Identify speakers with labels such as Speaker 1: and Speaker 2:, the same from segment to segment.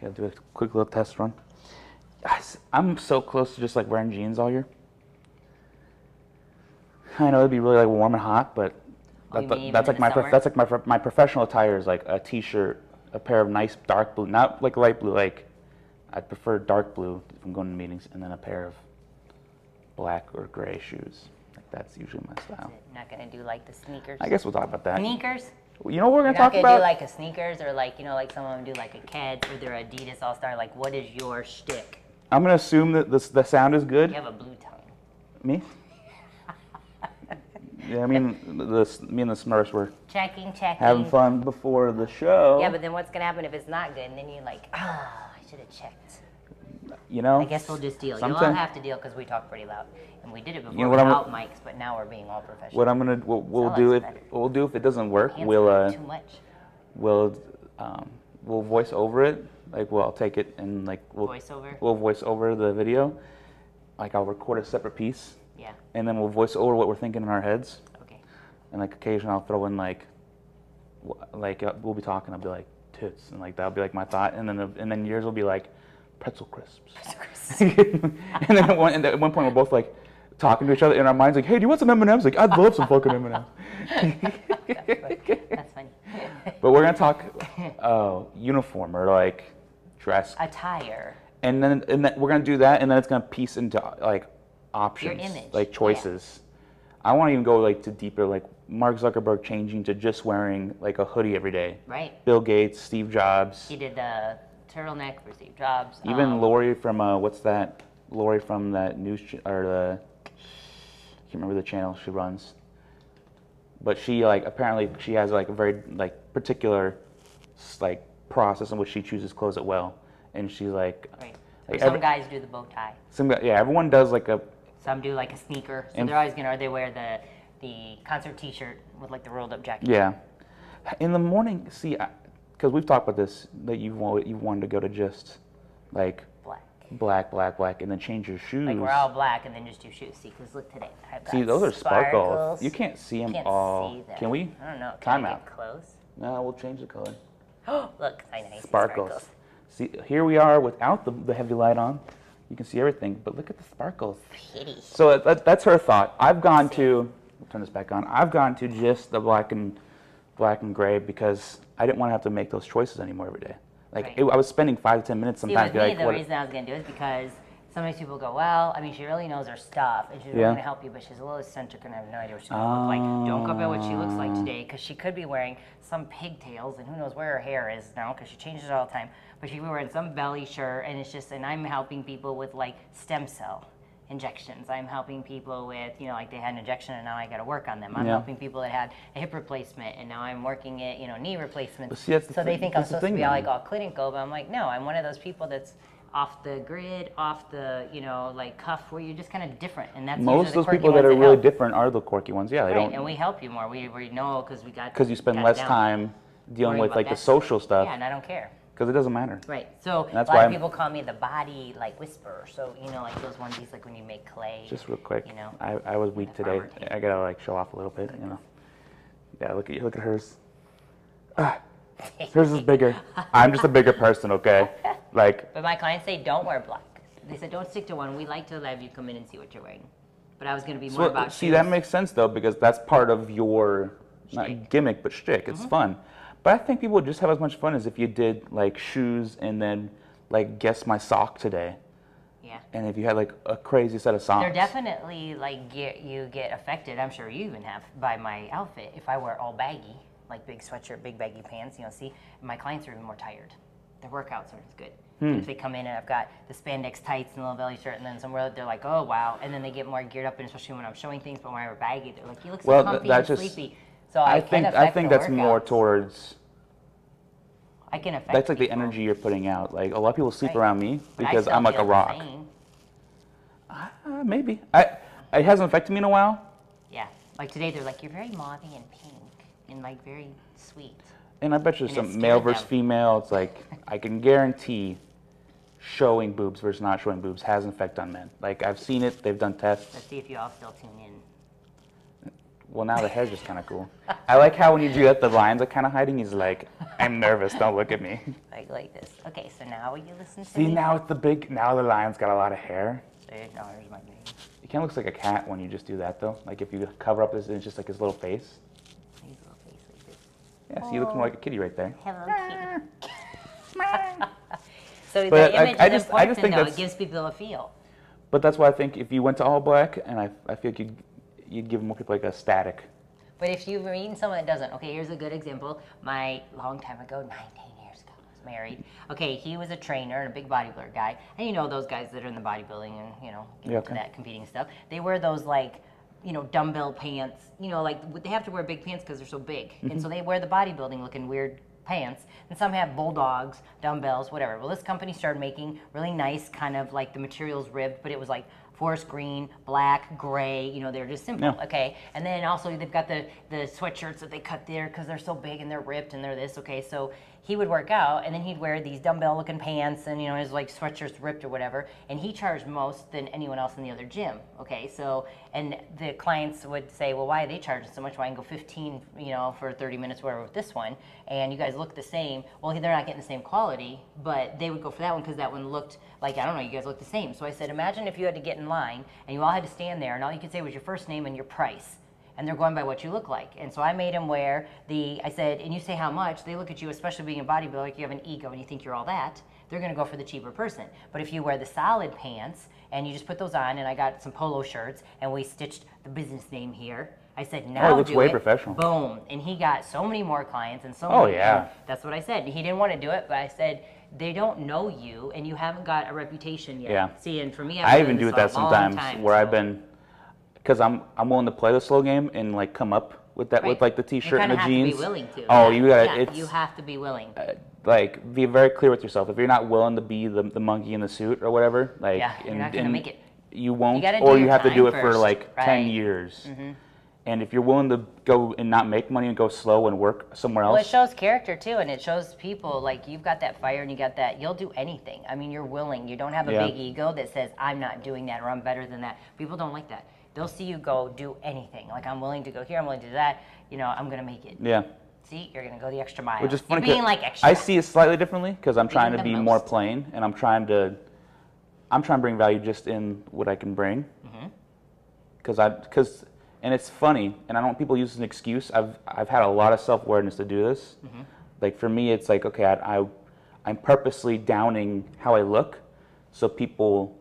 Speaker 1: Gotta do a quick little test run. I s- I'm so close to just like wearing jeans all year. I know it'd be really like warm and hot, but
Speaker 2: Oh, you
Speaker 1: that-
Speaker 2: mean
Speaker 1: that's
Speaker 2: even
Speaker 1: like
Speaker 2: in
Speaker 1: my
Speaker 2: the
Speaker 1: prof-
Speaker 2: summer?
Speaker 1: that's like my pro- my professional attire is like a t-shirt, a pair of nice dark blue, not like light blue. Like I prefer dark blue if I'm going to meetings, and then a pair of black or gray shoes. Like that's usually my style.
Speaker 2: Not gonna do like the sneakers.
Speaker 1: I guess we'll talk about that.
Speaker 2: Sneakers?
Speaker 1: You know what we're
Speaker 2: You're
Speaker 1: gonna
Speaker 2: not
Speaker 1: talk
Speaker 2: gonna
Speaker 1: about?
Speaker 2: do like a sneakers or like you know like some of them do like a Keds or their Adidas All Star. Like what is your shtick?
Speaker 1: I'm gonna assume that this, the sound is good.
Speaker 2: You have a blue tongue.
Speaker 1: Me? yeah, I mean, the, s- me and the Smurfs were
Speaker 2: Checking, checking.
Speaker 1: having fun before the show.
Speaker 2: Yeah, but then what's gonna happen if it's not good? And then you're like, ah, I should have checked.
Speaker 1: you know,
Speaker 2: I guess we'll just deal. You'll all
Speaker 1: Sometime-
Speaker 2: have to deal because we talk pretty loud, and we did it before
Speaker 1: know what I'm-
Speaker 2: without mics, but now we're being all professional.
Speaker 1: what I'm gonna what we'll
Speaker 2: Tell
Speaker 1: do
Speaker 2: us
Speaker 1: if
Speaker 2: better.
Speaker 1: what we'll do if it doesn't work,
Speaker 2: Hands
Speaker 1: we'll
Speaker 2: are
Speaker 1: uh,
Speaker 2: too much.
Speaker 1: we'll um, we'll voice over it. Like, well, I'll take it and like we'll
Speaker 2: Voiceover?
Speaker 1: We'll voice over the video. Like, I'll record a separate piece,
Speaker 2: Yeah.
Speaker 1: and then we'll voice over what we're thinking in our heads.
Speaker 2: Okay.
Speaker 1: And like occasionally I'll throw in like, wh- like uh, we'll be talking. I'll be like tits, and like that'll be like my thought. And then the, and then yours will be like pretzel crisps. and then at one, and at one point we're both like talking to each other in our minds like, hey, do you want some M and M's? Like I'd love some fucking M and M's.
Speaker 2: That's funny.
Speaker 1: But we're gonna talk uh, uniform or like dress,
Speaker 2: Attire.
Speaker 1: and then and then we're gonna do that, and then it's gonna piece into like options,
Speaker 2: image,
Speaker 1: like
Speaker 2: yeah.
Speaker 1: choices. I want to even go like to deeper, like Mark Zuckerberg changing to just wearing like a hoodie every day.
Speaker 2: Right.
Speaker 1: Bill Gates, Steve Jobs,
Speaker 2: He did the turtleneck for Steve Jobs.
Speaker 1: even
Speaker 2: um,
Speaker 1: Lori from uh, what's that? Lori from that news ch- or the I can't remember the channel she runs, but she like apparently she has like a very like particular s- like process in which she chooses clothes at well, and she's like,
Speaker 2: Right.
Speaker 1: like,
Speaker 2: some
Speaker 1: every-
Speaker 2: guys do the bow tie.
Speaker 1: some guy- yeah, everyone does like a
Speaker 2: Some do like a sneaker. So
Speaker 1: And-
Speaker 2: they're always gonna, or they wear the the concert T-shirt with like the rolled up jacket.
Speaker 1: yeah. In the morning, see, because we've talked about this that you want you wanted to go to just like
Speaker 2: Black.
Speaker 1: black, black, black, and then change your shoes.
Speaker 2: Like we're all black, and then just do shoes. See, because look today, I've got
Speaker 1: See, those are sparkles.
Speaker 2: sparkles.
Speaker 1: You can't see them
Speaker 2: Can't
Speaker 1: all.
Speaker 2: see them.
Speaker 1: Can we?
Speaker 2: I don't know. Can
Speaker 1: Time
Speaker 2: I
Speaker 1: out.
Speaker 2: Get close.
Speaker 1: No, we'll change the color.
Speaker 2: Look, I know you see
Speaker 1: Sparkles. See, here we are without the, the heavy light on. You can see everything, but look at the sparkles.
Speaker 2: Kitty.
Speaker 1: So that, that's her thought. I've gone to we'll turn this back on. I've gone to just the black and black and gray because I didn't want to have to make those choices anymore every day. Like
Speaker 2: Right.
Speaker 1: it, I was spending five to ten minutes
Speaker 2: See,
Speaker 1: sometimes.
Speaker 2: with
Speaker 1: be
Speaker 2: me,
Speaker 1: like,
Speaker 2: the
Speaker 1: what-
Speaker 2: reason I was gonna do it is because sometimes people go, well, I mean, she really knows her stuff, and she's
Speaker 1: Yeah.
Speaker 2: really gonna help you, but she's a little eccentric, and I have no idea what she's gonna look like. Don't go by what she looks like today, because she could be wearing some pigtails, and who knows where her hair is now, because she changes it all the time. But she could be wearing some belly shirt, and it's just, and I'm helping people with like stem cell injections. I'm helping people with, you know, like they had an injection, and now I got to work on them. I'm
Speaker 1: Yeah.
Speaker 2: helping people that had a hip replacement, and now I'm working at, you know, knee replacements.
Speaker 1: see, that's the
Speaker 2: so they
Speaker 1: thing-
Speaker 2: think I'm
Speaker 1: that's the
Speaker 2: supposed to
Speaker 1: thing,
Speaker 2: be all
Speaker 1: though.
Speaker 2: like all clinical, but I'm like, no, I'm one of those people that's off the grid, off the, you know, like cuff where you're just kind of different. And that's
Speaker 1: most
Speaker 2: usually
Speaker 1: of
Speaker 2: the
Speaker 1: those
Speaker 2: quirky
Speaker 1: people that
Speaker 2: ones
Speaker 1: are really
Speaker 2: help.
Speaker 1: different are the quirky ones. Yeah, they
Speaker 2: Right,
Speaker 1: don't
Speaker 2: and we help you more. We, we know because we got
Speaker 1: because you spend
Speaker 2: got
Speaker 1: less
Speaker 2: down.
Speaker 1: time dealing
Speaker 2: Worried
Speaker 1: with
Speaker 2: about
Speaker 1: like the
Speaker 2: that.
Speaker 1: social stuff
Speaker 2: Yeah, and I don't care.
Speaker 1: because it doesn't matter.
Speaker 2: Right. So
Speaker 1: that's
Speaker 2: a
Speaker 1: why
Speaker 2: lot
Speaker 1: I'm-
Speaker 2: of people call me the body like whisperer. So you know, like those onesies, like when you make clay.
Speaker 1: Just real quick,
Speaker 2: You know.
Speaker 1: I, I was weak
Speaker 2: the
Speaker 1: today.
Speaker 2: farmer
Speaker 1: I gotta like show off a little bit, you know. Yeah, look at look at hers. Ah, hers is bigger. I'm just a bigger person, okay? Like,
Speaker 2: But my clients say don't wear black. They said don't stick to one. We like to have you come in and see what you're wearing. But I was going to be more
Speaker 1: so-
Speaker 2: about
Speaker 1: see,
Speaker 2: shoes.
Speaker 1: that makes sense though because that's part of your
Speaker 2: Shtick. Mm-hmm.
Speaker 1: not gimmick but shtick. It's fun, but I think people would just have as much fun as if you did like shoes and then like guess my sock today,
Speaker 2: yeah.
Speaker 1: and if you had like a crazy set of socks.
Speaker 2: They're definitely like get you get affected. I'm sure you even have by my outfit. If I wear all baggy, like big sweatshirt, big baggy pants, you know, see, my clients are even more tired. Their workouts aren't as good.
Speaker 1: Hmm.
Speaker 2: And If they come in and I've got the spandex tights and a little belly shirt, and then somewhere they're like, oh wow, and then they get more geared up, and especially when I'm showing things, but when I wear baggy, they're like, you look so
Speaker 1: Well, th-
Speaker 2: comfy
Speaker 1: that
Speaker 2: and
Speaker 1: just-
Speaker 2: sleepy. So I,
Speaker 1: I
Speaker 2: can
Speaker 1: think I
Speaker 2: affect
Speaker 1: think
Speaker 2: the
Speaker 1: that's more
Speaker 2: workouts.
Speaker 1: towards.
Speaker 2: I can affect.
Speaker 1: That's like the
Speaker 2: people,
Speaker 1: energy you're putting out. Like a lot of people sleep
Speaker 2: Right.
Speaker 1: around me
Speaker 2: but I
Speaker 1: because
Speaker 2: still
Speaker 1: I'm like a
Speaker 2: feel the
Speaker 1: rock.
Speaker 2: same.
Speaker 1: Uh, maybe. I it hasn't affected me in a while,
Speaker 2: Yeah, like today they're like, you're very mauvey and pink and like very sweet.
Speaker 1: and I bet you
Speaker 2: And it
Speaker 1: some
Speaker 2: scared
Speaker 1: male versus
Speaker 2: them.
Speaker 1: female. It's like I can guarantee showing boobs versus not showing boobs has an effect on men. Like I've seen it. They've done tests.
Speaker 2: Let's see if you all still tune in.
Speaker 1: Well, now the hair's just kind of cool. I like how when you do that, the lines are kind of hiding. He's like, I'm nervous. Don't look at me.
Speaker 2: Like like this. Okay, so now will you listen to
Speaker 1: See,
Speaker 2: me?
Speaker 1: now it's the big. Now the lion's got a lot of hair.
Speaker 2: There- no, here's my baby.
Speaker 1: He kind of looks like a cat when you just do that, though. Like if you cover up his, it's just like his little face.
Speaker 2: He's a little face like this.
Speaker 1: Yeah, so you look more like a kitty right there.
Speaker 2: Hello, kitty. so
Speaker 1: Ah. But
Speaker 2: the
Speaker 1: I-
Speaker 2: image
Speaker 1: I
Speaker 2: is
Speaker 1: just- I
Speaker 2: important,
Speaker 1: just think
Speaker 2: though.
Speaker 1: that's-
Speaker 2: It gives people a feel.
Speaker 1: But that's why I think if you went to all black, and I, I feel like you'd, you'd give more people like a static.
Speaker 2: But if you've eaten someone that doesn't, okay, here's a good example. My long time ago, 19 years ago, I was married. Okay, he was a trainer and a big bodybuilder guy. And you know those guys that are in the bodybuilding and, you know, get
Speaker 1: Yeah,
Speaker 2: into
Speaker 1: okay.
Speaker 2: that competing stuff. They wear those like, you know, dumbbell pants. You know, like w- they have to wear big pants because they're so big. And so they wear the bodybuilding looking weird pants. And some have bulldogs, dumbbells, whatever. Well, this company started making really nice kind of like the materials ribbed, but it was like forest green, black, gray. You know, they're just simple.
Speaker 1: Yeah.
Speaker 2: Okay, and then also they've got the the sweatshirts that they cut there because they're so big and they're ripped and they're this. Okay, so he would work out and then he'd wear these dumbbell looking pants and you know his like sweatshirts ripped or whatever. And he charged most than anyone else in the other gym. Okay, so and the clients would say, well, why are they charging so much? Why I can go 15, you know, for 30 minutes, whatever, with this one, and you guys look the same. Well, they're not getting the same quality, but they would go for that one because that one looked like I don't know, you guys look the same. So I said, imagine if you had to get in line and you all had to stand there and all you could say was your first name and your price. And they're going by what you look like. And so I made them wear the, I said, and you say how much, they look at you, especially being a bodybuilder, like you have an ego and you think you're all that. They're gonna go for the cheaper person. But if you wear the solid pants and you just put those on, and I got some polo shirts and we stitched the business name here, I said, now
Speaker 1: Oh, looks
Speaker 2: do
Speaker 1: way
Speaker 2: it."
Speaker 1: professional.
Speaker 2: Boom. And he got so many more clients and so
Speaker 1: Oh,
Speaker 2: many
Speaker 1: yeah.
Speaker 2: more that's what I said. He didn't want to do it, but I said they don't know you, and you haven't got a reputation yet.
Speaker 1: Yeah.
Speaker 2: See, and for me, I've
Speaker 1: I
Speaker 2: been
Speaker 1: even
Speaker 2: doing
Speaker 1: do it
Speaker 2: this
Speaker 1: that
Speaker 2: for a long
Speaker 1: sometimes,
Speaker 2: time,
Speaker 1: where I've
Speaker 2: so-
Speaker 1: been, because I'm I'm willing to play the slow game and like come up with that with
Speaker 2: Right.
Speaker 1: like the
Speaker 2: You
Speaker 1: t-shirt and
Speaker 2: kinda
Speaker 1: the
Speaker 2: have
Speaker 1: jeans.
Speaker 2: To be willing to.
Speaker 1: Oh,
Speaker 2: Yeah.
Speaker 1: you got
Speaker 2: Yeah,
Speaker 1: it. it's uh,
Speaker 2: you have to be willing.
Speaker 1: like be very clear with yourself. If you're not willing to be the, the monkey in the suit or whatever, like
Speaker 2: Yeah, you're not gonna make it.
Speaker 1: You won't,
Speaker 2: gotta do
Speaker 1: or you
Speaker 2: your
Speaker 1: have to do it
Speaker 2: time
Speaker 1: for
Speaker 2: first,
Speaker 1: like ten
Speaker 2: right. Mm-hmm.
Speaker 1: years. And if you're willing to go and not make money and go slow and work somewhere
Speaker 2: Well, it
Speaker 1: else,
Speaker 2: shows character too, and it shows people like you've got that fire and you got that. You'll do anything. I mean, you're willing. You don't have a
Speaker 1: Yeah.
Speaker 2: big ego that says I'm not doing that or I'm better than that. People don't like that. They'll see you go do anything. Like I'm willing to go here. I'm willing to do that. You know, I'm gonna make it.
Speaker 1: yeah,
Speaker 2: See, you're gonna go the extra mile.
Speaker 1: which is
Speaker 2: You're
Speaker 1: funny. 'cause
Speaker 2: being like extra.
Speaker 1: I see it slightly differently because I'm trying to
Speaker 2: the
Speaker 1: be more
Speaker 2: most.
Speaker 1: plain and I'm trying to, I'm trying to bring value just in what I can bring.
Speaker 2: Mm-hmm.
Speaker 1: Because I because and it's funny and I don't people use it as an excuse. I've I've had a lot of self awareness to do this.
Speaker 2: Mm-hmm.
Speaker 1: Like for me, it's like okay, I, I I'm purposely downing how I look, so people.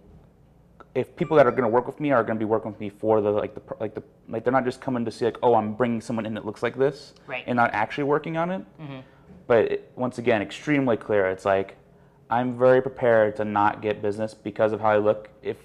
Speaker 1: If people that are going to work with me are going to be working with me for the like the pr- like the like they're not just coming to see like oh I'm bringing someone in that looks like this
Speaker 2: Right. Mm-hmm.
Speaker 1: and not actually working on it, but it, once again extremely clear it's like I'm very prepared to not get business because of how I look if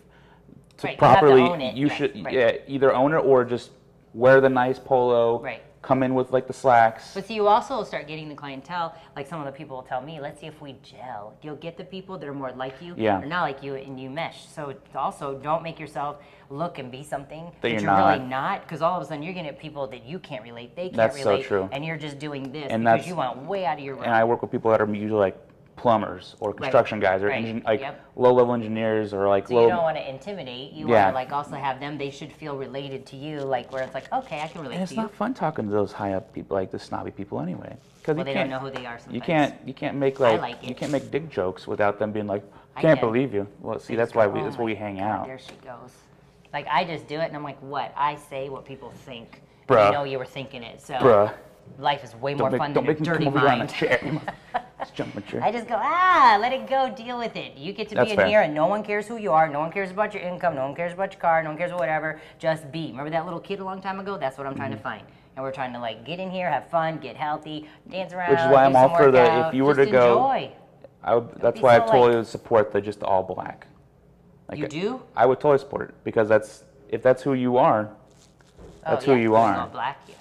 Speaker 1: to
Speaker 2: Right, you have to
Speaker 1: properly
Speaker 2: own it,
Speaker 1: you
Speaker 2: right,
Speaker 1: should
Speaker 2: right.
Speaker 1: yeah either own it or just wear the nice polo
Speaker 2: Right.
Speaker 1: come in with like the slacks
Speaker 2: But see, you also start getting the clientele. Like some of the people will tell me, "Let's see if we gel." You'll get the people that are more like you,
Speaker 1: Yeah.
Speaker 2: or not like you, and you mesh. So also, don't make yourself look and be something that,
Speaker 1: you're
Speaker 2: you're,
Speaker 1: not.
Speaker 2: really not, because all of a sudden you're gonna get people that you can't relate. They can't
Speaker 1: That's so
Speaker 2: relate,
Speaker 1: true.
Speaker 2: and you're just doing this
Speaker 1: And
Speaker 2: because
Speaker 1: that's-
Speaker 2: you want way out of your
Speaker 1: and
Speaker 2: realm.
Speaker 1: I work with people that are usually like plumbers or construction guys or
Speaker 2: right,
Speaker 1: engin- like
Speaker 2: yep.
Speaker 1: low level engineers or like
Speaker 2: So
Speaker 1: low
Speaker 2: you don't want to intimidate. You
Speaker 1: Yeah.
Speaker 2: want to like also have them. They should feel related to you, like where it's like, okay, I can relate
Speaker 1: and it's
Speaker 2: to you.
Speaker 1: not fun talking to those high up people like the snobby people anyway because
Speaker 2: well,
Speaker 1: you
Speaker 2: they
Speaker 1: can't
Speaker 2: don't know who they are. Sometimes
Speaker 1: you can't you can't make like,
Speaker 2: like
Speaker 1: you
Speaker 2: it.
Speaker 1: can't make dick jokes without them being like
Speaker 2: I
Speaker 1: can't
Speaker 2: can.
Speaker 1: believe you well see
Speaker 2: They
Speaker 1: that's
Speaker 2: just
Speaker 1: why
Speaker 2: go,
Speaker 1: we
Speaker 2: "Oh
Speaker 1: that's
Speaker 2: my
Speaker 1: where we hang
Speaker 2: God,
Speaker 1: out
Speaker 2: There she goes. Like I just do it, and I'm like, what? I say what people think.
Speaker 1: Bruh.
Speaker 2: I know you were thinking it. So
Speaker 1: bruh
Speaker 2: life is way more
Speaker 1: don't
Speaker 2: fun
Speaker 1: make, don't
Speaker 2: than a
Speaker 1: make me
Speaker 2: dirty
Speaker 1: come over on a
Speaker 2: mind.
Speaker 1: chair let's jump on a chair
Speaker 2: I just go, ah, let it go, deal with it. You get to
Speaker 1: That's
Speaker 2: be in
Speaker 1: fair.
Speaker 2: here, and no one cares who you are, no one cares about your income, no one cares about your car, no one cares about whatever. Just be. Remember that little kid a long time ago? That's what I'm trying
Speaker 1: Mm-hmm.
Speaker 2: to find. And we're trying to like get in here, have fun, get healthy, dance around.
Speaker 1: Which is why
Speaker 2: do
Speaker 1: I'm all
Speaker 2: some
Speaker 1: for the- if
Speaker 2: workout,
Speaker 1: you were
Speaker 2: just
Speaker 1: to go-
Speaker 2: enjoy.
Speaker 1: I would, that's
Speaker 2: be
Speaker 1: why I
Speaker 2: so, like-
Speaker 1: totally would support the just all black. Like
Speaker 2: You
Speaker 1: I-
Speaker 2: do?
Speaker 1: I would totally support it because that's if that's who you are.
Speaker 2: Oh,
Speaker 1: That's who
Speaker 2: yeah,
Speaker 1: you
Speaker 2: there's
Speaker 1: are.
Speaker 2: no black you.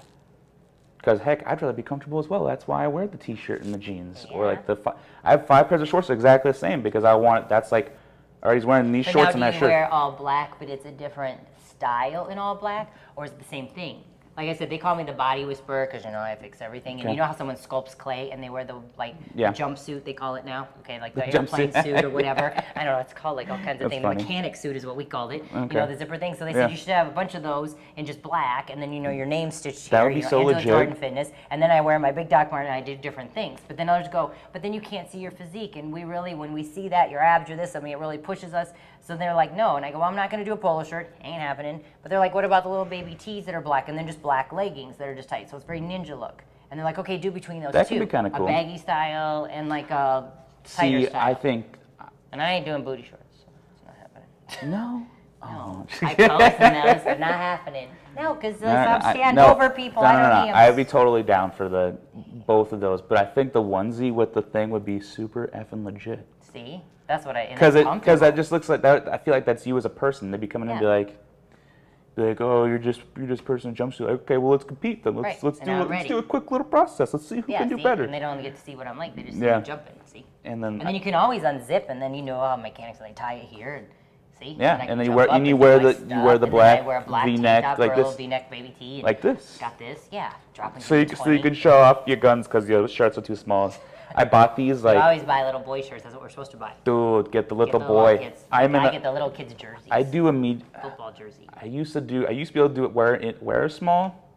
Speaker 1: Because heck, I'd rather be comfortable as well. That's why I wear the t-shirt and the jeans or
Speaker 2: Yeah.
Speaker 1: like the. Fi- I have five pairs of shorts exactly the same because I want that's like, all right, he's wearing these
Speaker 2: But
Speaker 1: shorts
Speaker 2: now, do
Speaker 1: and that
Speaker 2: you
Speaker 1: shirt.
Speaker 2: wear all black, but it's a different style in all black, or is it the same thing? Like I said, they call me the body whisperer because you know I fix everything. And
Speaker 1: Okay.
Speaker 2: you know how someone sculpts clay and they wear the like
Speaker 1: Yeah.
Speaker 2: jumpsuit they call it now, okay, like the,
Speaker 1: The
Speaker 2: airplane
Speaker 1: jumpsuit.
Speaker 2: suit or whatever. I don't know. It's called like all kinds
Speaker 1: That's
Speaker 2: of things.
Speaker 1: funny.
Speaker 2: The mechanic suit is what we called it.
Speaker 1: Okay.
Speaker 2: You know the zipper thing. So they
Speaker 1: Yeah.
Speaker 2: said you should have a bunch of those in just black, and then you know your name stitched
Speaker 1: That
Speaker 2: here,
Speaker 1: would be
Speaker 2: you know,
Speaker 1: so
Speaker 2: Angela
Speaker 1: legit.
Speaker 2: Jordan fitness, and then I wear my big Doc Marten and I do different things. But then others go, but then you can't see your physique, and we really, when we see that your abs, your this, I mean, it really pushes us. So they're like, no, and I go, well, I'm not going to do a polo shirt, ain't happening. But they're like, what about the little baby tees that are black, and then just black leggings that are just tight, so it's very ninja look. And they're like, okay, do between those
Speaker 1: That
Speaker 2: two,
Speaker 1: could be kinda cool.
Speaker 2: a baggy style and like a tighter
Speaker 1: See,
Speaker 2: style.
Speaker 1: I think
Speaker 2: and I ain't doing booty shorts, so it's not happening.
Speaker 1: no.
Speaker 2: No,
Speaker 1: Oh.
Speaker 2: I post and that's not happening. No, because those
Speaker 1: No, no,
Speaker 2: I'm
Speaker 1: I-
Speaker 2: stand
Speaker 1: no.
Speaker 2: over people.
Speaker 1: No,
Speaker 2: I
Speaker 1: no,
Speaker 2: don't
Speaker 1: no,
Speaker 2: need 'em.
Speaker 1: I'd be totally down for the both of those, but I think the onesie with the thing would be super effing legit.
Speaker 2: See, that's what I. and
Speaker 1: Because
Speaker 2: it's
Speaker 1: it
Speaker 2: comfortable.
Speaker 1: because that just looks like that. I feel like that's you as a person. They'd be coming in and be
Speaker 2: Yeah.
Speaker 1: like, be like, oh, you're just you're just a person in a jumpsuit. Okay, well let's compete then. Let's
Speaker 2: Right,
Speaker 1: let's
Speaker 2: and
Speaker 1: do
Speaker 2: I'm
Speaker 1: a, let's
Speaker 2: ready.
Speaker 1: do a quick little process. Let's see who
Speaker 2: yeah,
Speaker 1: can do
Speaker 2: see?
Speaker 1: better.
Speaker 2: And they don't get to see what I'm like. They just see
Speaker 1: Yeah.
Speaker 2: me jumping. See,
Speaker 1: And then,
Speaker 2: and then you can always unzip, and then you know how mechanics and they tie it here, and see.
Speaker 1: Yeah,
Speaker 2: I
Speaker 1: and then
Speaker 2: can
Speaker 1: you
Speaker 2: jump
Speaker 1: wear-
Speaker 2: up
Speaker 1: and you
Speaker 2: do
Speaker 1: wear
Speaker 2: my
Speaker 1: the- you wear the
Speaker 2: and then I
Speaker 1: black
Speaker 2: wear a black
Speaker 1: V-neck,
Speaker 2: tee top
Speaker 1: like
Speaker 2: or a little
Speaker 1: this.
Speaker 2: V-neck baby tee. And
Speaker 1: like this.
Speaker 2: got this, yeah, dropping.
Speaker 1: So you,
Speaker 2: down
Speaker 1: so you
Speaker 2: 20.
Speaker 1: can show off your guns because your shirts are too small. I bought these
Speaker 2: I
Speaker 1: like,
Speaker 2: always buy little boy shirts. That's what we're supposed to buy.
Speaker 1: dude, get the little
Speaker 2: get the
Speaker 1: boy.
Speaker 2: Little kids.
Speaker 1: I'm in.
Speaker 2: I
Speaker 1: A,
Speaker 2: get the little kids jerseys.
Speaker 1: I do a med-
Speaker 2: football jersey.
Speaker 1: I used to do. I used to be able to do it wear it wear a small,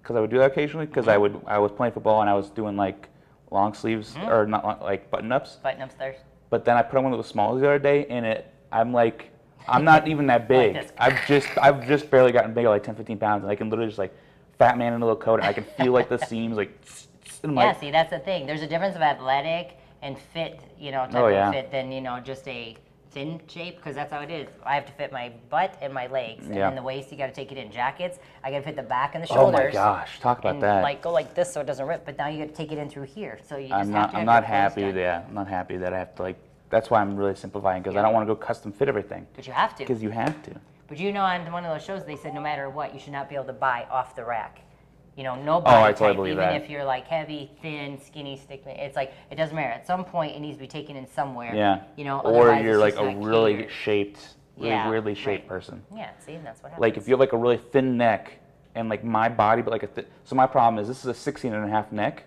Speaker 1: because I would do that occasionally. Because I
Speaker 2: Mm-hmm.
Speaker 1: would I was playing football and I was doing like long sleeves or not long, like button ups.
Speaker 2: Button ups there.
Speaker 1: But then I put on one that was small the other day and it. I'm like, I'm not even that big.
Speaker 2: this.
Speaker 1: I've just I've just barely gotten bigger, like 10, 15 pounds, and I can literally just like fat man in a little coat and I can feel like the seams like. And I'm
Speaker 2: Yeah,
Speaker 1: like,
Speaker 2: see, that's the thing. There's a difference of athletic and fit, you know, type
Speaker 1: Oh, yeah.
Speaker 2: of fit than, you know, just a thin shape, because that's how it is. I have to fit my butt and my legs. And
Speaker 1: Yeah.
Speaker 2: then the waist, you got to take it in jackets. I got to fit the back and the
Speaker 1: oh
Speaker 2: shoulders.
Speaker 1: my gosh, talk about
Speaker 2: And
Speaker 1: that.
Speaker 2: like go like this so it doesn't rip, but now you got to take it in through here. So you just
Speaker 1: I'm
Speaker 2: have
Speaker 1: not.
Speaker 2: to
Speaker 1: I'm
Speaker 2: have
Speaker 1: not
Speaker 2: your clothes
Speaker 1: happy.
Speaker 2: done.
Speaker 1: Yeah, I'm not happy that I have to like. That's why I'm really simplifying because I
Speaker 2: Yeah.
Speaker 1: don't want to go custom fit everything
Speaker 2: But you have to.
Speaker 1: because you have to.
Speaker 2: But you know, on one of those shows, they said no matter what, you should not be able to buy off the rack. You know, no body
Speaker 1: Oh, I totally
Speaker 2: type,
Speaker 1: believe
Speaker 2: even
Speaker 1: that.
Speaker 2: if you're like heavy, thin, skinny, stick. It's like it doesn't matter. At some point, it needs to be taken in somewhere.
Speaker 1: Yeah.
Speaker 2: You know,
Speaker 1: or
Speaker 2: otherwise
Speaker 1: you're
Speaker 2: it's
Speaker 1: like
Speaker 2: just
Speaker 1: a
Speaker 2: not
Speaker 1: really
Speaker 2: catered.
Speaker 1: shaped, really
Speaker 2: Yeah,
Speaker 1: weirdly shaped
Speaker 2: right.
Speaker 1: person.
Speaker 2: Yeah. See, and that's what happens.
Speaker 1: Like if you have like a really thin neck and like my body, but like a th- so my problem is this is a 16 and a half neck,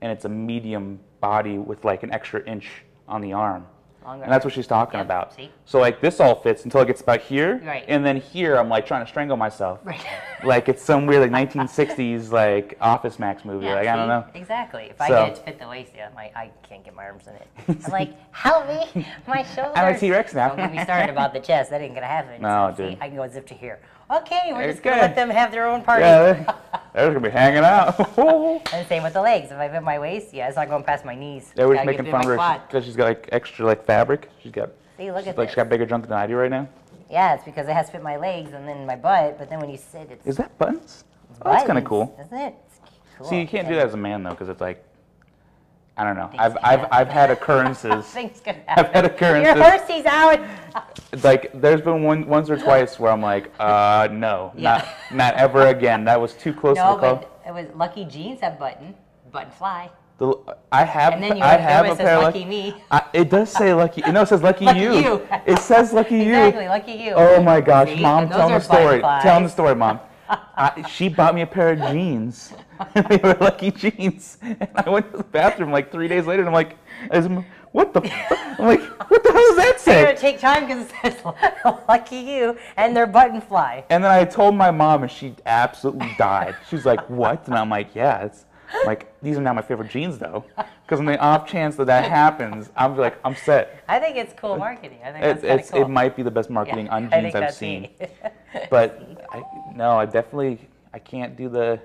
Speaker 1: and it's a medium body with like an extra inch on the arm.
Speaker 2: Longer.
Speaker 1: And that's what she's talking
Speaker 2: Yeah,
Speaker 1: about.
Speaker 2: see?
Speaker 1: So like this all fits until it gets about here,
Speaker 2: Right.
Speaker 1: and then here I'm like trying to strangle myself.
Speaker 2: Right.
Speaker 1: like it's some weird like 1960s like Office Max movie.
Speaker 2: Yeah,
Speaker 1: like I don't
Speaker 2: see?
Speaker 1: know.
Speaker 2: Exactly. If I
Speaker 1: So-
Speaker 2: get it to fit the waist, yeah, my I can't get my arms in it. I'm like, help me, my shoulders.
Speaker 1: I'm a T-Rex now.
Speaker 2: Don't get me started about the chest. That ain't gonna happen.
Speaker 1: No,
Speaker 2: See,
Speaker 1: dude.
Speaker 2: I can go zip to here. Okay, we're just
Speaker 1: Okay.
Speaker 2: gonna let them have their own party.
Speaker 1: Yeah, they're, they're gonna be hanging out.
Speaker 2: And same with the legs. If I fit my waist, yeah, it's not going past my knees.
Speaker 1: Everybody's
Speaker 2: Gotta get
Speaker 1: making
Speaker 2: it in
Speaker 1: fun of
Speaker 2: my
Speaker 1: her
Speaker 2: quad.
Speaker 1: because she's got like extra like fabric. She's got
Speaker 2: See, look
Speaker 1: she's,
Speaker 2: at
Speaker 1: like she's
Speaker 2: this.
Speaker 1: got bigger junk than I do right now.
Speaker 2: Yeah, it's because it has to fit my legs and then my butt. But then when you sit, it's
Speaker 1: Is that buttons? Oh, that's kind of
Speaker 2: buttons,
Speaker 1: cool.
Speaker 2: Isn't it? It's cool.
Speaker 1: See, you can't do that as a man though because it's like, I don't know.
Speaker 2: Things
Speaker 1: I've
Speaker 2: can
Speaker 1: I've
Speaker 2: happen.
Speaker 1: I've had occurrences.
Speaker 2: Things could
Speaker 1: I've
Speaker 2: happen.
Speaker 1: had
Speaker 2: Your
Speaker 1: occurrences.
Speaker 2: horsey's out.
Speaker 1: Like there's been one once or twice where I'm like, uh, no,
Speaker 2: Yeah.
Speaker 1: not not ever again. That was too close
Speaker 2: No,
Speaker 1: of a call.
Speaker 2: but it was Lucky Jeans have button, button fly.
Speaker 1: The, I have
Speaker 2: And then you
Speaker 1: I
Speaker 2: have
Speaker 1: have a
Speaker 2: notice it says
Speaker 1: pair of
Speaker 2: lucky me.
Speaker 1: I, it does say lucky. No, it says lucky,
Speaker 2: Lucky
Speaker 1: you.
Speaker 2: you.
Speaker 1: It says lucky you.
Speaker 2: Exactly, lucky you.
Speaker 1: Oh my gosh,
Speaker 2: See?
Speaker 1: mom,
Speaker 2: And
Speaker 1: tell them the
Speaker 2: those are button
Speaker 1: story.
Speaker 2: flies.
Speaker 1: Tell them the story, mom. I, she bought me a pair of jeans. they were lucky jeans. And I went to the bathroom like three days later, and I'm like, is- what the? fu- I'm like, what the hell does that
Speaker 2: It's
Speaker 1: say?
Speaker 2: gonna take time because it says lucky you and their button fly.
Speaker 1: And then I told my mom, and she absolutely died. She was like, what? And I'm like, yeah, it's I'm like these are now my favorite jeans though, because on the off chance that that happens, I'm like, I'm set.
Speaker 2: I think it's cool marketing. I think
Speaker 1: It's,
Speaker 2: that's kind
Speaker 1: it's
Speaker 2: of cool.
Speaker 1: it might be the best
Speaker 2: Yeah,
Speaker 1: marketing on
Speaker 2: I think
Speaker 1: jeans I've
Speaker 2: that's
Speaker 1: seen.
Speaker 2: neat.
Speaker 1: But I, no, I definitely I can't do the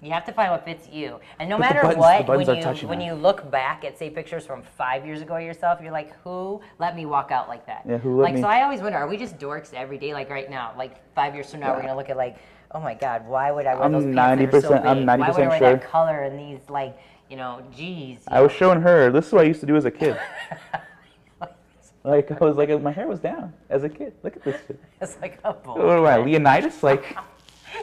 Speaker 2: You have to find what fits you, and no
Speaker 1: the
Speaker 2: matter
Speaker 1: buttons- the
Speaker 2: what,
Speaker 1: buttons
Speaker 2: when
Speaker 1: are
Speaker 2: you
Speaker 1: touching
Speaker 2: when
Speaker 1: that.
Speaker 2: you look back at say pictures from five years ago of yourself, you're like, who let me walk out like that?
Speaker 1: Yeah, who let
Speaker 2: like
Speaker 1: me-
Speaker 2: so. I always wonder, are we just dorks every day? Like right now, like five years from now, we're gonna look at like, oh my god, why would I wear
Speaker 1: I'm
Speaker 2: those pants that are so
Speaker 1: 90%
Speaker 2: big?
Speaker 1: I'm
Speaker 2: why would I
Speaker 1: 90%
Speaker 2: wear
Speaker 1: sure.
Speaker 2: that color and these like, you know, geez.
Speaker 1: I was showing her. This is what I used to do as a kid. like I was like my hair was down as a kid. Look at this shit.
Speaker 2: It's like a bowl.
Speaker 1: What am I, Leonidas? Like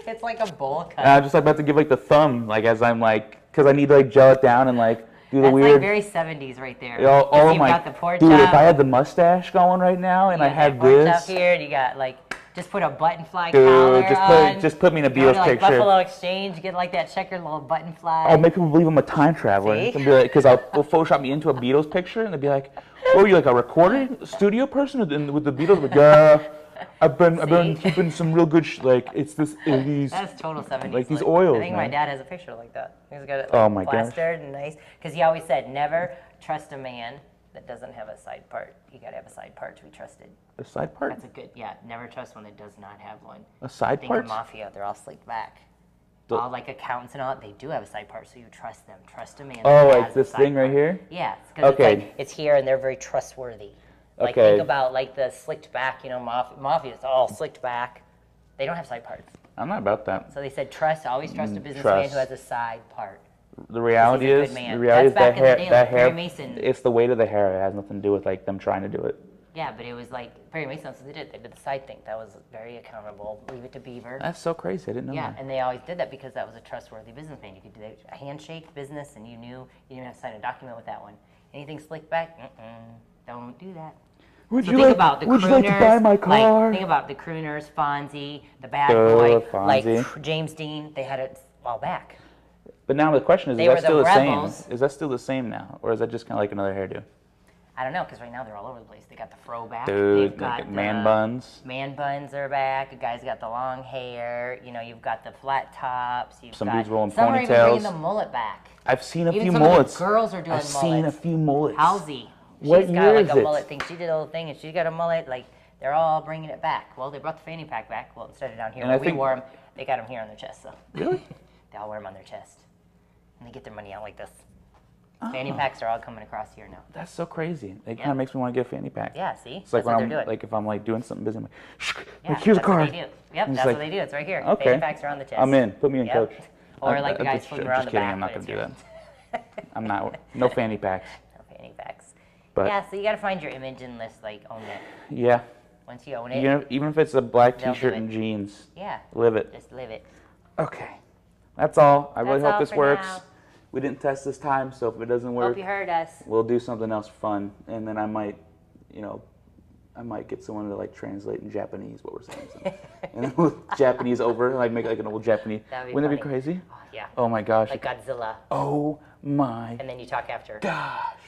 Speaker 2: It's like a bowl cut.
Speaker 1: I'm just like, about to give like the thumb like as I'm like because I need to like gel it down and like do the
Speaker 2: That's
Speaker 1: weird.
Speaker 2: like very 70s right there.
Speaker 1: oh,
Speaker 2: 'Cause
Speaker 1: oh
Speaker 2: you've
Speaker 1: my
Speaker 2: got the pork
Speaker 1: dude!
Speaker 2: chop,
Speaker 1: If I had the mustache going right now and
Speaker 2: you
Speaker 1: I
Speaker 2: got
Speaker 1: had
Speaker 2: that pork chop
Speaker 1: this,
Speaker 2: here, and you got like Just put a button fly collar
Speaker 1: Dude, just
Speaker 2: on.
Speaker 1: put, just put me in a
Speaker 2: Go to,
Speaker 1: Beatles
Speaker 2: like
Speaker 1: picture.
Speaker 2: Buffalo Exchange, get like that checkered little button fly.
Speaker 1: I'll make people believe I'm a time traveler.
Speaker 2: See?
Speaker 1: And be like, because I'll they'll Photoshop me into a Beatles picture, and they'll be like, "Oh, you like a recording studio person with, in- with the Beatles?" Like, yeah, I've been I've been
Speaker 2: See?
Speaker 1: keeping some real good sh- like it's this it, these.
Speaker 2: That's total 70s.
Speaker 1: Like these
Speaker 2: look.
Speaker 1: oils,
Speaker 2: I think my
Speaker 1: man.
Speaker 2: dad has a picture like that. He's got it like,
Speaker 1: Oh my gosh.
Speaker 2: plastered and nice. Because he always said, never trust a man that doesn't have a side part. You got to have a side part to be trusted.
Speaker 1: The side part,
Speaker 2: That's a good, yeah, never trust one that does not have one.
Speaker 1: a side
Speaker 2: Think of
Speaker 1: part.
Speaker 2: mafia, they're all slicked back.
Speaker 1: The-
Speaker 2: all like accountants and all that, they do have a side part, so you trust them. Trust a man. that
Speaker 1: Oh, like
Speaker 2: has a
Speaker 1: this
Speaker 2: side
Speaker 1: thing right
Speaker 2: part.
Speaker 1: here.
Speaker 2: Yeah, because
Speaker 1: Okay.
Speaker 2: it's, like, it's here and they're very trustworthy. Like
Speaker 1: Okay.
Speaker 2: think about like the slicked back, you know, mafia, mafia it's all slicked back. They don't have side parts.
Speaker 1: I'm not about that.
Speaker 2: So they said trust, always trust a businessman
Speaker 1: Mm, trust.
Speaker 2: who has a side part.
Speaker 1: The reality
Speaker 2: he's a good
Speaker 1: is, the
Speaker 2: man.
Speaker 1: reality is
Speaker 2: That's
Speaker 1: that
Speaker 2: back in the
Speaker 1: hair,
Speaker 2: day,
Speaker 1: that
Speaker 2: like Perry
Speaker 1: hair,
Speaker 2: Mason.
Speaker 1: it's the weight of the hair. It has nothing to do with like them trying to do it.
Speaker 2: Yeah, but it was like Perry Mason, that's what they did. They did the side thing. That was very accountable. Leave it to Beaver.
Speaker 1: That's so crazy. I didn't know
Speaker 2: Yeah,
Speaker 1: that.
Speaker 2: and they always did that because that was a trustworthy businessman. You could do that, a handshake business, and you knew you didn't have to sign a document with that one. Anything slick back? Mm-mm, don't do that.
Speaker 1: Would
Speaker 2: So
Speaker 1: you
Speaker 2: think
Speaker 1: like,
Speaker 2: about the
Speaker 1: would
Speaker 2: crooners.
Speaker 1: you like to buy my car?
Speaker 2: Like, think about the crooners, Fonzie, the bad
Speaker 1: Oh,
Speaker 2: boy, like
Speaker 1: Fonzie.
Speaker 2: James Dean. They had it all back.
Speaker 1: but now the question is,
Speaker 2: They
Speaker 1: is that
Speaker 2: were the
Speaker 1: still the
Speaker 2: rebels.
Speaker 1: same? Is that still the same now, or is that just kind of like another hairdo?
Speaker 2: I don't know because right now they're all over the place. They got the fro back.
Speaker 1: Dude,
Speaker 2: They've
Speaker 1: like
Speaker 2: got
Speaker 1: man
Speaker 2: the-
Speaker 1: buns,
Speaker 2: Man buns are back. A guy's got the long hair. You know, you've got the flat tops. You've
Speaker 1: Some
Speaker 2: got,
Speaker 1: dude's rolling
Speaker 2: some Some are even
Speaker 1: ponytails.
Speaker 2: bringing the mullet back.
Speaker 1: I've seen a
Speaker 2: Even
Speaker 1: few
Speaker 2: some of the
Speaker 1: mullets.
Speaker 2: girls are doing
Speaker 1: I've seen a
Speaker 2: mullets.
Speaker 1: few mullets.
Speaker 2: Halsey.
Speaker 1: What
Speaker 2: she's
Speaker 1: year
Speaker 2: got like
Speaker 1: is
Speaker 2: a
Speaker 1: it?
Speaker 2: mullet thing. She did a little thing, and she's got a mullet. Like they're all bringing it back. Well, they brought the fanny pack back. Well, instead of down here,
Speaker 1: And
Speaker 2: where
Speaker 1: I
Speaker 2: we
Speaker 1: think-
Speaker 2: wore them. They got them here on their chest. So
Speaker 1: Really?
Speaker 2: they all wear them on their chest, and they get their money out like this. Fanny packs are all coming across here now.
Speaker 1: Oh, That's so crazy. It kind of makes me want to get a fanny pack.
Speaker 2: Yeah, see,
Speaker 1: It's like when
Speaker 2: that's what
Speaker 1: I'm
Speaker 2: they're doing.
Speaker 1: like if I'm like doing something busy, I'm like, shh,
Speaker 2: yeah,
Speaker 1: like here's a
Speaker 2: that's what
Speaker 1: card.
Speaker 2: they do. Yep,
Speaker 1: It's
Speaker 2: that's
Speaker 1: like,
Speaker 2: what they do. It's right here.
Speaker 1: okay,
Speaker 2: Fanny packs are on the chest.
Speaker 1: I'm in. Put me in,
Speaker 2: Yep.
Speaker 1: coach.
Speaker 2: Or
Speaker 1: I-
Speaker 2: like the
Speaker 1: I- I'm
Speaker 2: guys
Speaker 1: just-
Speaker 2: floating
Speaker 1: I'm
Speaker 2: around
Speaker 1: just
Speaker 2: the
Speaker 1: kidding.
Speaker 2: back,
Speaker 1: I'm not
Speaker 2: but
Speaker 1: gonna
Speaker 2: it's
Speaker 1: do
Speaker 2: yours.
Speaker 1: that. I'm not. No fanny packs.
Speaker 2: No fanny packs.
Speaker 1: But-
Speaker 2: yeah, so you got to find your image and list like own it.
Speaker 1: Yeah.
Speaker 2: Once you own it,
Speaker 1: You know, even if it's a black
Speaker 2: They'll do
Speaker 1: T-shirt
Speaker 2: it.
Speaker 1: and jeans,
Speaker 2: yeah,
Speaker 1: live it.
Speaker 2: just live it.
Speaker 1: Okay. That's all. I really
Speaker 2: That's
Speaker 1: hope
Speaker 2: all
Speaker 1: this
Speaker 2: for
Speaker 1: works.
Speaker 2: now.
Speaker 1: We didn't test this time, so if it doesn't work,
Speaker 2: Hope you heard us.
Speaker 1: we'll do something else fun, and then I might, you know, I might get someone to like translate in Japanese what we're saying, so. and then we'll Japanese over, like make like an old Japanese.
Speaker 2: That'd be
Speaker 1: Wouldn't it be
Speaker 2: funny.
Speaker 1: crazy?
Speaker 2: Oh, yeah.
Speaker 1: Oh my gosh!
Speaker 2: Like Godzilla.
Speaker 1: oh my
Speaker 2: And then you talk after.
Speaker 1: gosh!